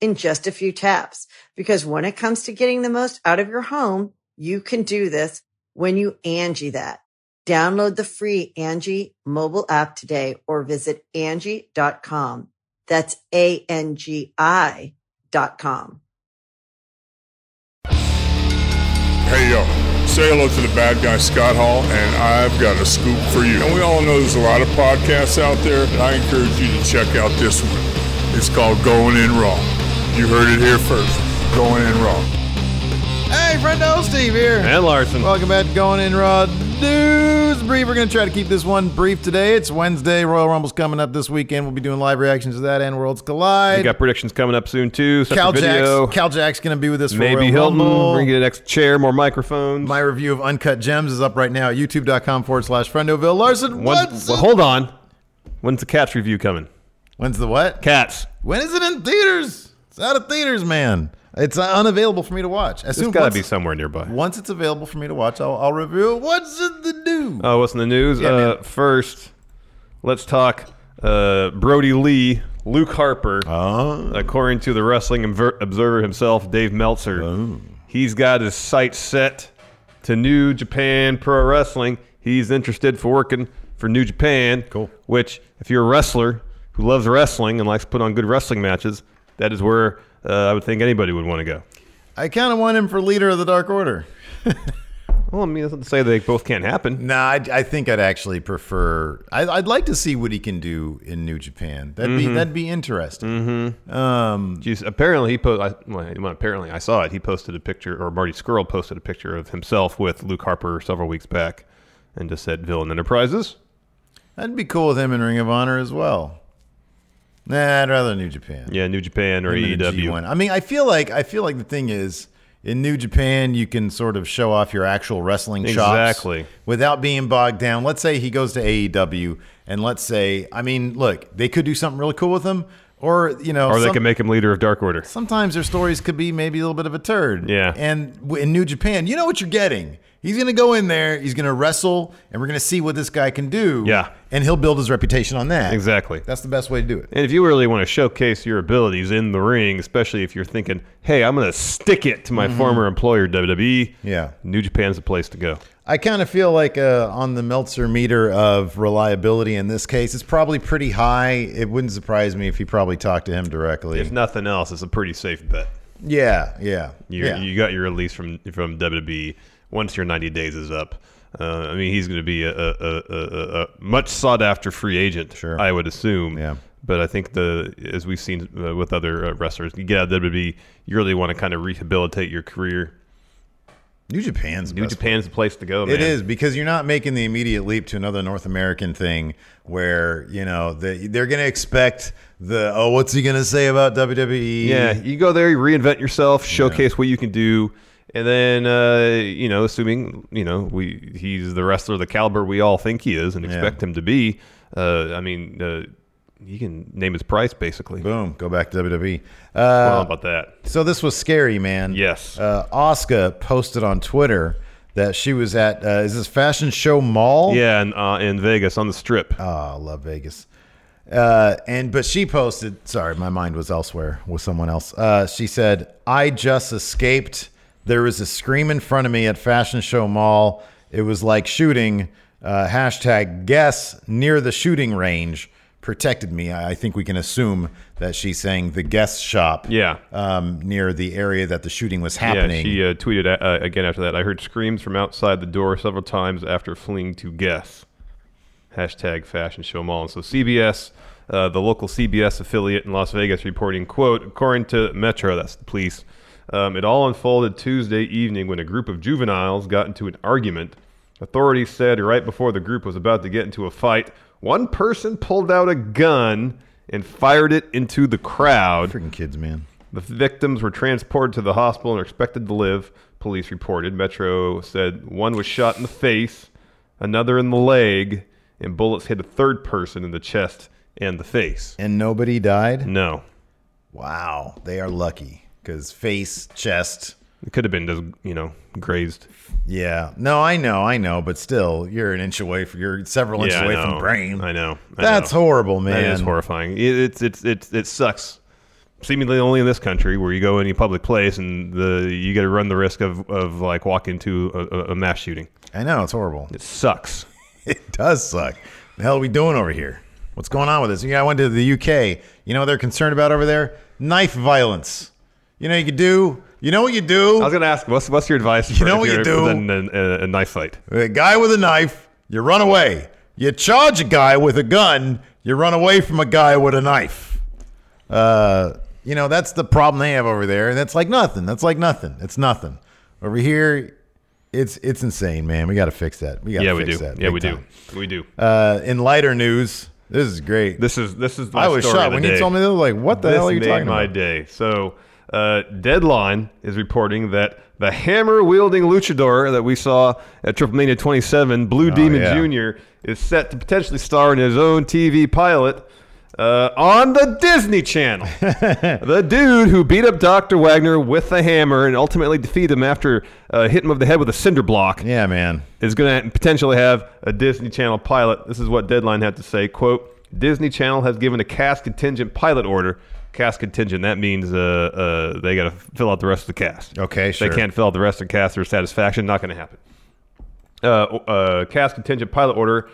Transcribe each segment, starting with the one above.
in just a few taps. Because when it comes to getting the most out of your home, you can do this when you Angie that. Download the free Angie mobile app today or visit Angie.com. That's A-N-G-I dot com. Hey yo, say hello to the bad guy Scott Hall, and I've got a scoop for you. And we all know there's a lot of podcasts out there, and I encourage you to check out this one. It's called Going In Raw. You heard it here first. Going In Raw. Hey, friendo, Steve here. And Larson. Welcome back to Going In Raw News Brief. We're going to try to keep this one brief today. It's Wednesday. Royal Rumble's coming up this weekend. We'll be doing live reactions to that and Worlds Collide. We got predictions coming up soon too. Stuff Cal for video. Jack's, Cal Jack's going to be with us for Maybe Royal Hilton. Rumble. We're gonna get an extra chair, more microphones. My review of Uncut Gems is up right now at youtube.com forward slash friendoville. Larson, When's- what's well, it- hold on. When's the Cats review coming? When's the what? Cats. When is it in theaters? It's out of theaters, man. It's uh, unavailable for me to watch. As It's soon gotta once- be somewhere nearby. Once it's available for me to watch, I'll, I'll review it. What's in the new? Oh, what's in the news? Yeah, uh, first, let's talk uh, Brody Lee, Luke Harper. Oh. According to the Wrestling Obver- Observer himself, Dave Meltzer, he's got his sights set to New Japan Pro Wrestling. He's interested for working for New Japan. Cool. Which, if you're a wrestler who loves wrestling and likes to put on good wrestling matches, that is where uh, I would think anybody would want to go. I kind of want him for leader of the Dark Order. Well, I mean, that's not to say they both can't happen. Nah, I, I think I'd actually prefer. I, I'd like to see what he can do in New Japan. That'd be Mm-hmm. that'd be interesting. Jeez, apparently he po- I, well, well, apparently I saw it. He posted a picture, or Marty Skrull posted a picture of himself with Luke Harper several weeks back, and just said Villain Enterprises. That'd be cool with him in Ring of Honor as well. Nah, I'd rather New Japan. Yeah, E New Japan or Him in a AEW. G1. I mean, I feel like I feel like the thing is in New Japan, you can sort of show off your actual wrestling chops Exactly. without being bogged down. Let's say he goes to AEW, and let's say, I mean, look, they could do something really cool with him, or you know, Or they some- can make him leader of Dark Order. sometimes their stories could be maybe a little bit of a turd. Yeah. And w- in New Japan, you know what you're getting. He's going to go in there, he's going to wrestle, and we're going to see what this guy can do. Yeah. And he'll build his reputation on that. Exactly. That's the best way to do it. And if you really want to showcase your abilities in the ring, especially if you're thinking, hey, I'm going to stick it to my former employer, WWE, Mm-hmm. Yeah. New Japan's the place to go. I kind of feel like uh, on the Meltzer meter of reliability in this case, it's probably pretty high. It wouldn't surprise me if he probably talked to him directly. If nothing else, it's a pretty safe bet. yeah, yeah. You, yeah. you got your release from, from WWE once your 90 days is up. Uh, I mean, he's going to be a, a, a, a, a much sought after free agent, Sure. I would assume. Yeah. But I think the as we've seen uh, with other uh, wrestlers, you get out of WWE, you really want to kind of rehabilitate your career. New Japan's the New best Japan's the place to go, man. It is because you're not making the immediate leap to another North American thing where you know they, they're going to expect the oh what's he going to say about E? WWE? Yeah, you go there, you reinvent yourself, showcase what you can do, and then uh, you know, assuming you know we he's the wrestler of the caliber we all think he is and expect him to be. Uh, I mean, uh, you can name his price basically. boom, go back to WWE. Uh, well, about that, So this was scary, man. Yes. Uh, Asuka posted on Twitter that she was at uh, is this fashion show mall? yeah, and uh, in Vegas on the Strip. Oh, I love Vegas. Uh, and but she posted. Sorry, my mind was elsewhere with someone else. Uh, she said, "I just escaped. There was a scream in front of me at Fashion Show Mall. It was like shooting." Uh, hashtag guess near the shooting range. protected me, I I think we can assume that she's saying the guest shop Yeah. um, near the area that the shooting was Yeah, happening. she uh, tweeted uh, again after that. I heard screams from outside the door several times after fleeing to guess. Hashtag fashion show mall. And so CBS, uh, the local CBS affiliate in Las Vegas, reporting quote according to Metro, that's the police. Um, it all unfolded Tuesday evening when a group of juveniles got into an argument. Authorities said right before the group was about to get into a fight, one person pulled out a gun and fired it into the crowd. Freaking kids, man. The victims were transported to the hospital and are expected to live, police reported. Metro said one was shot in the face, another in the leg, and bullets hit a third person in the chest and the face. And nobody died? No. Wow. They are lucky because face, chest. It could have been just, you know, grazed. Yeah. No, I know, I know, but still, you're an inch away from, you're several inches Yeah, I away know. from brain. I know. I That's know. horrible, man. That is horrifying. It, it's it's it's it sucks. Seemingly only in this country where you go any public place and the you got to run the risk of, of like walking into a, a- a mass shooting. I know, it's horrible. It sucks. It does suck. The hell are we doing over here? What's going on with this? Yeah, I went to the UK. You know what they're concerned about over there? Knife violence. You know you could do. You know what you do? I was gonna ask, what's what's your advice? You know what you do? Than a, a knife fight. A guy with a knife, you run away. You charge a guy with a gun, you run away from a guy with a knife. Uh, you know, that's the problem they have over there. And that's like nothing. That's like nothing. It's nothing. Over here, it's it's insane, man. We got to fix that. We got to yeah, we fix do. that. Yeah, big we time. do. We do. Uh, in lighter news, this is great. this is this is. My I was story shocked of the when day. you told me this. I was Like, what the this hell are you made talking my about? day. So, uh, Deadline is reporting that the hammer wielding luchador that we saw at Triple Mania 27, Blue Demon Oh, yeah. Jr., is set to potentially star in his own TV pilot. Uh, on the Disney Channel, the dude who beat up Dr. Wagner with the hammer and ultimately defeated him after uh, hitting him over the head with a cinder block Yeah, man. is going to potentially have a Disney Channel pilot. This is what Deadline had to say. Quote, Disney Channel has given a cast contingent pilot order. Cast contingent, that means uh, uh, they got to fill out the rest of the cast. Okay, If sure. They can't fill out the rest of the cast or satisfaction. Not going to happen. Uh, uh, cast contingent pilot order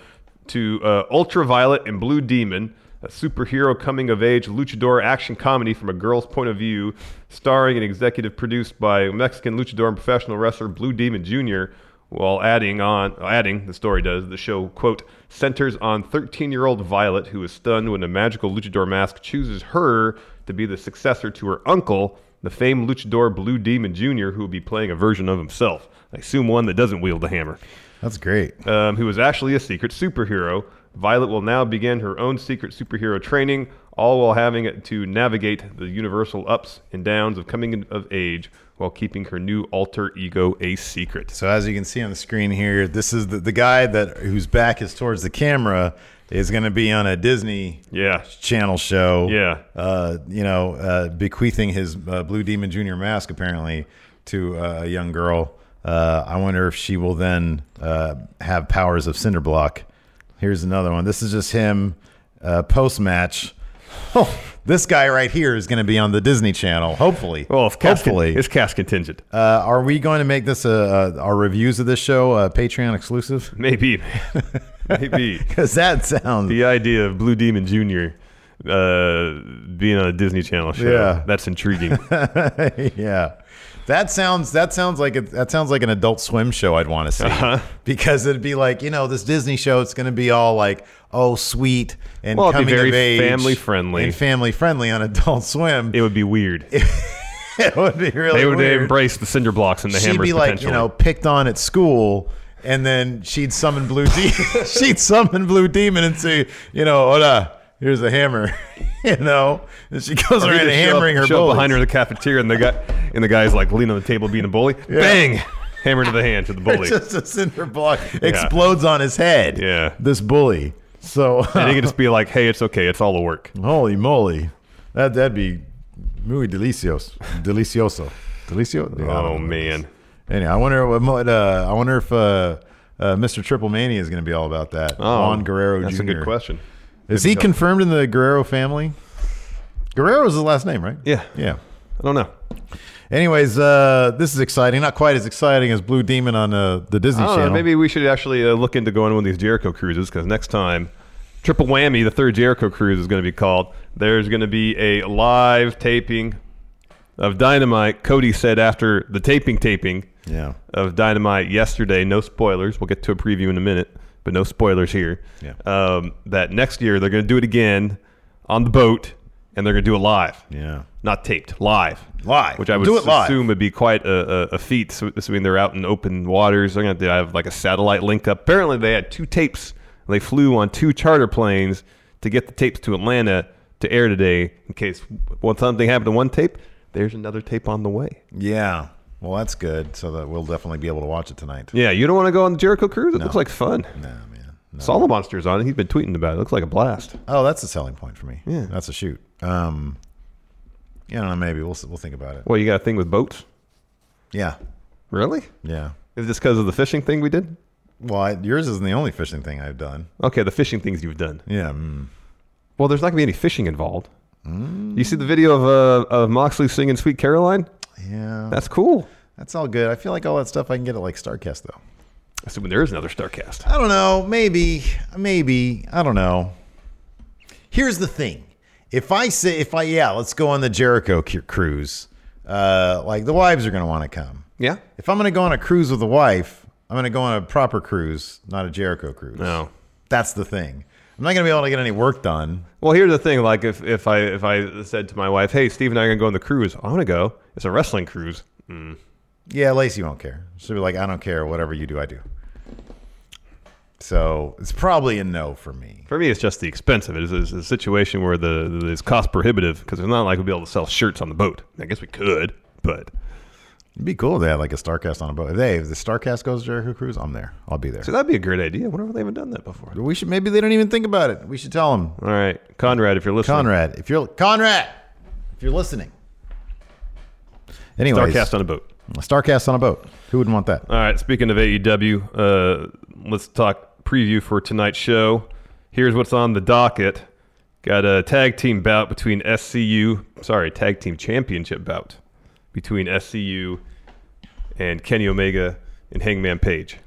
to uh, Ultraviolet and Blue Demon, a superhero coming of age luchador action comedy from a girl's point of view, starring and executive produced by Mexican luchador and professional wrestler Blue Demon Jr. While adding on, adding the story does the show quote centers on 13-year-old Violet who is stunned when a magical luchador mask chooses her to be the successor to her uncle, the famed luchador Blue Demon Jr., who will be playing a version of himself. I assume one that doesn't wield the hammer That's great. um, who is actually a secret superhero. Violet will now begin her own secret superhero training, all while having to navigate the universal ups and downs of coming of age while keeping her new alter ego a secret. So as you can see on the screen here, this is the, the guy that whose back is towards the camera is going to be on a Disney Yeah. Channel show. Yeah. Uh, you know, uh, bequeathing his uh, Blue Demon Junior mask apparently to uh, a young girl. Uh, I wonder if she will then uh, have powers of cinder block. Here's another one. This is just him uh, post match. Oh, this guy right here is going to be on the Disney Channel. Hopefully. Well, if cast hopefully. it's cast contingent. Uh, are we going to make this a, a our reviews of this show uh, Patreon exclusive? Maybe. Maybe. Because that sounds The idea of Blue Demon Jr. Uh, being on a Disney Channel show. Yeah. That's intriguing. yeah, that sounds that sounds like a, that sounds like an Adult Swim show I'd want to see Uh-huh. because it'd be like you know this Disney show it's going to be all like oh sweet and Well, it'd be coming very of age family-friendly. and family friendly on Adult Swim. it would be weird. It would be really they would weird. embrace the cinder blocks and the she'd hammers be like you potentially. know picked on at school and then she'd summon blue demon she'd summon blue demon and say you know hola here's a hammer you know and she goes Or around either Oh, show hammering up, her show up bullies. behind her in the cafeteria, and the guy and the guy's like leaning on the table being a bully. Bang! Hammer to the hand to the bully. just a cinder block explodes on his head Yeah. this bully so and he can just be like, "Hey, it's okay. It's all the work." holy moly that, that'd be muy delicios delicioso delicio I don't know. Oh man, Anyhow, I wonder what mo- uh, I wonder if uh, uh, Mr. Triple Mania is going to be all about that. Juan Guerrero Oh, That's Jr. a good question. Is he confirmed in the Guerrero family? Guerrero's the last name, right? Yeah. Yeah. I don't know. Anyways, uh, this is exciting. Not quite as exciting as Blue Demon on uh, the Disney I don't know. Channel. Maybe we should actually uh, look into going on one of these Jericho cruises because next time Triple Whammy, the third Jericho Cruise is going to be called. There's going to be a live taping of Dynamite. Cody said after the taping, taping Yeah. of Dynamite yesterday, no spoilers. We'll get to a preview in a minute, but no spoilers here. Yeah. Um, that next year they're going to do it again on the boat, and they're going to do it live. Yeah. Not taped, live. Live. Which I would Do it live. assume would be quite a, a, a feat. So, so I mean, they're out in open waters. They're going to have like a satellite link up. Apparently, they had two tapes. And they flew on two charter planes to get the tapes to Atlanta to air today in case one something happened to one tape. There's another tape on the way. Yeah. Well, that's good. So that we'll definitely be able to watch it tonight. Yeah, you don't want to go on the Jericho cruise. It looks like fun. Nah, man. No. Solo Monster's on it. He's been tweeting about it. Looks like a blast. Oh, that's a selling point for me. Yeah. That's a shoot. Um. Yeah, no, maybe we'll s- we'll think about it. Well, you got a thing with boats? Yeah. Really? Yeah. Is this because of the fishing thing we did? Well, I, yours isn't the only fishing thing I've done. Okay, the fishing things you've done. Yeah. Mm. Well, there's not gonna be any fishing involved. You see the video of uh, of Moxley singing "Sweet Caroline"? Yeah. That's cool. That's all good. I feel like all that stuff I can get at like Starcast though. Assuming there is another Starcast. I don't know. Maybe, maybe. I don't know. Here's the thing: if I say, if I yeah, let's go on the Jericho cu- cruise. Uh, like the wives are gonna want to come. Yeah. If I'm gonna go on a cruise with a wife, I'm gonna go on a proper cruise, not a Jericho cruise. No. that's the thing. I'm not gonna be able to get any work done. Well, here's the thing. Like, if, if I if I said to my wife, "Hey, Steve and I are gonna go on the cruise. I want to go. It's a wrestling cruise. Yeah, Lacey won't care. She'll be like, I don't care. Whatever you do, I do. So it's probably a no for me. For me, it's just the expense of it. It's, it's a situation where the, the it's cost prohibitive because it's not like we'll be able to sell shirts on the boat. I guess we could, but It'd be cool if they had like a Starcast on a boat. If They, if the Starcast goes to Jericho Cruise, I'm there. I'll be there. so that'd be a great idea. I wonder if they haven't done that before. We should maybe they don't even think about it. We should tell them, All right, Conrad, if you're listening, Conrad. If you're Conrad, if you're listening. Anyways, Starcast on a boat. Starcast on a boat. Who wouldn't want that? All right, speaking of AEW, uh, let's talk preview for tonight's show. Here's what's on the docket. Got a tag team bout between SCU, sorry, tag team championship bout between SCU and Kenny Omega and Hangman Page.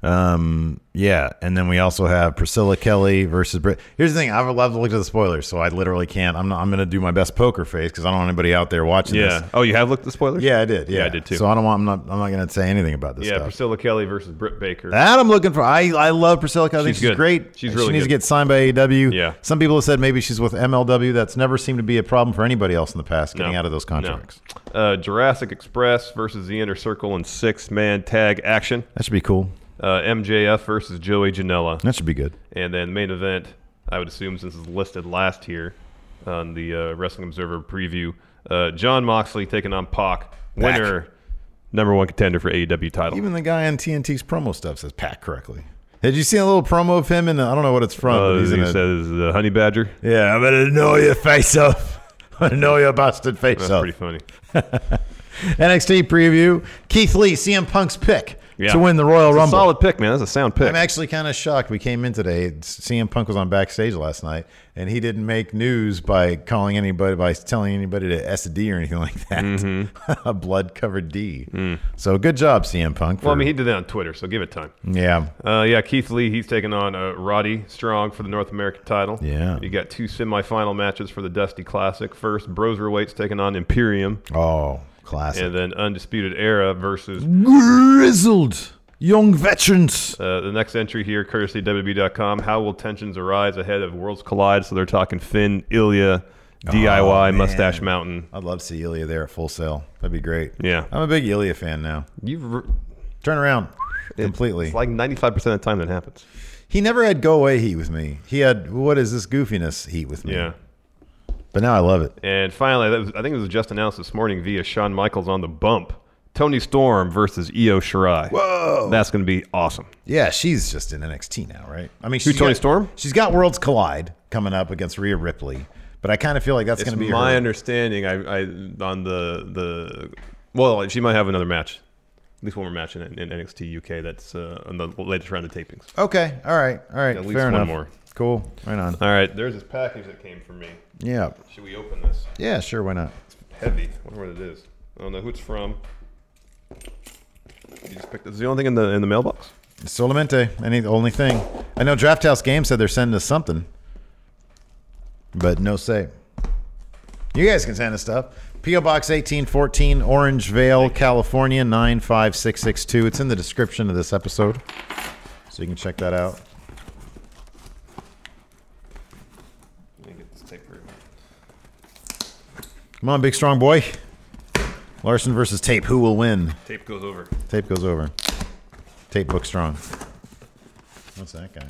Um, yeah, and then we also have Priscilla Kelly versus Britt. Here's the thing: I've loved to look at the spoilers, so I literally can't. I'm not, I'm going to do my best poker face because I don't want anybody out there watching Yeah. this. Oh, you have looked at the spoilers? Yeah, I did. Yeah. I did too. So I don't want. I'm not. I'm not going to say anything about this. yeah, stuff. Priscilla Kelly versus Britt Baker. That I'm looking for. I, I love Priscilla. Kelly. I think She's she's good. great. She's she really needs good. to get signed by AEW. Yeah. Some people have said maybe she's with MLW. That's never seemed to be a problem for anybody else in the past No. getting out of those No. contracts. Uh, Jurassic Express versus the Inner Circle in six man tag action. That should be cool. Uh, MJF versus Joey Janela. That should be good. And then main event, I would assume since it's listed last here on the uh, Wrestling Observer preview, uh, John Moxley taking on Pac, winner, number one contender for AEW title. Even the guy on TNT's promo stuff says Pat correctly. Did you see a little promo of him? And I don't know what it's from. Uh, but he's in he a- says the Honey Badger. yeah, I'm gonna know your face off. I know your busted face That's off. pretty funny. NXT preview. Keith Lee, CM Punk's pick Yeah. to win the Royal It's a Rumble. solid pick, man. That's a sound pick. I'm actually kind of shocked. We came in today. CM Punk was on backstage last night, and he didn't make news by calling anybody by telling anybody to S a D or anything like that. Mm-hmm. a blood covered D. So good job, CM Punk. Mm. well, I for- mean, he did that on Twitter, so give it time. yeah, Uh, yeah, Keith Lee, he's taking on uh, Roddy Strong for the North American title. Yeah. You got two semifinal matches for the Dusty Classic. First, Broserweight's taking on Imperium, oh, classic. and then Undisputed Era versus Grizzled young veterans. Uh, the next entry here, courtesy WB.com. How will tensions arise ahead of Worlds Collide? So they're talking Finn, Ilya, DIY, Oh, man. Mustache Mountain. I'd love to see Ilya there at full sale. That'd be great. Yeah. I'm a big Ilya fan now. You Turn around completely. It's like 95% of the time that happens. he never had go away heat with me. He had what is this goofiness heat with me. Yeah. But now I love it. And finally, that was, I think it was just announced this morning via Shawn Michaels on the bump. Tony Storm versus Io Shirai. Whoa. That's going to be awesome. Yeah, she's just in NXT now, right? I mean, Who, she's Toni got- Storm? She's got Worlds Collide coming up against Rhea Ripley, but I kind of feel like that's It's going to be my her. understanding. I, I on the the well, she might have another match, at least one more match in, in NXT UK. That's uh, on the latest round of tapings. okay, all right, all right, At least fair one enough. more. Cool, right on. All right, there's this package that came from me. Yeah, Should we open this? yeah, sure, why not? Heavy. I wonder what it is. I don't know who it's from. You just picked. Is the only thing in the in the mailbox? Solamente, any only thing. I know Draft House Games said they're sending us something, but no say. You guys can send us stuff. P.O. Box 1814, Orangevale, California 95662. It's in the description of this episode, so you can check that out. Come on, big strong boy. Larson versus Tape. Who will win? Tape goes over. Tape goes over. Tape book strong. What's that guy?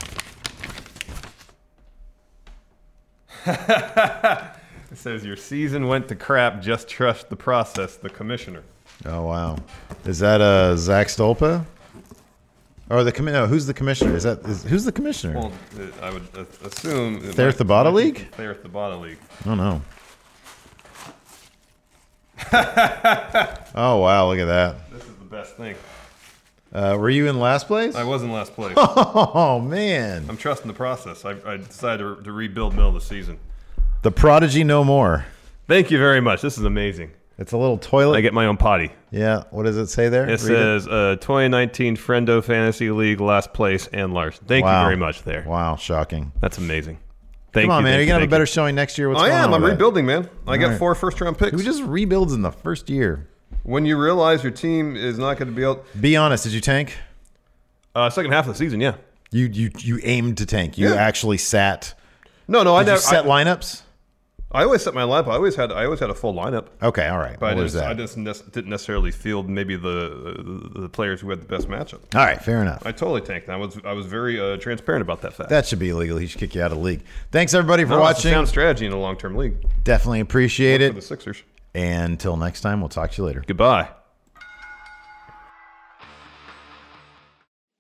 It says your season went to crap. Just trust the process. The commissioner. Oh wow, is that uh Zach Stolpa? Or the commi- no, who's the commissioner? Is that is, who's the commissioner? Well, uh, I would uh, assume. it They're at might- the bottom might be league? They're at the bottom league. I don't know. oh wow, look at that. This is the best thing. Uh, were you in last place? I was in last place. Oh man, I'm trusting the process. I, I decided to, to rebuild middle of the season. the prodigy no more. Thank you very much. This is amazing. It's a little toilet. I get my own potty. yeah. What does it say there? It Read says uh, 2019 Friendo Fantasy League last place and Larson. Thank Wow. you very much. There. Wow, shocking. That's amazing. Thank Come on, you, man. thank Are you gonna have thank a better showing next year? What's I going am. on I'm with that? rebuilding, man. I got right. four first round picks. Who just rebuilds in the first year? when you realize your team is not going to be able. Be honest. Did you tank? Uh, second half of the season, yeah. You you you aimed to tank. You Yeah. actually sat. No, no, I Did you never. set I, lineups? I always set my lineup. I always had. I always had a full lineup. Okay, all right. But I What was just, I that? just ne- didn't necessarily field maybe the the players who had the best matchup. All right, fair enough. I totally tanked. I was I was very uh, transparent about that fact. That should be illegal. He should kick you out of the league. Thanks everybody for No, it's a watching. sound strategy in a long term league Definitely appreciate for the it. Sixers. And until next time, we'll talk to you later. Goodbye.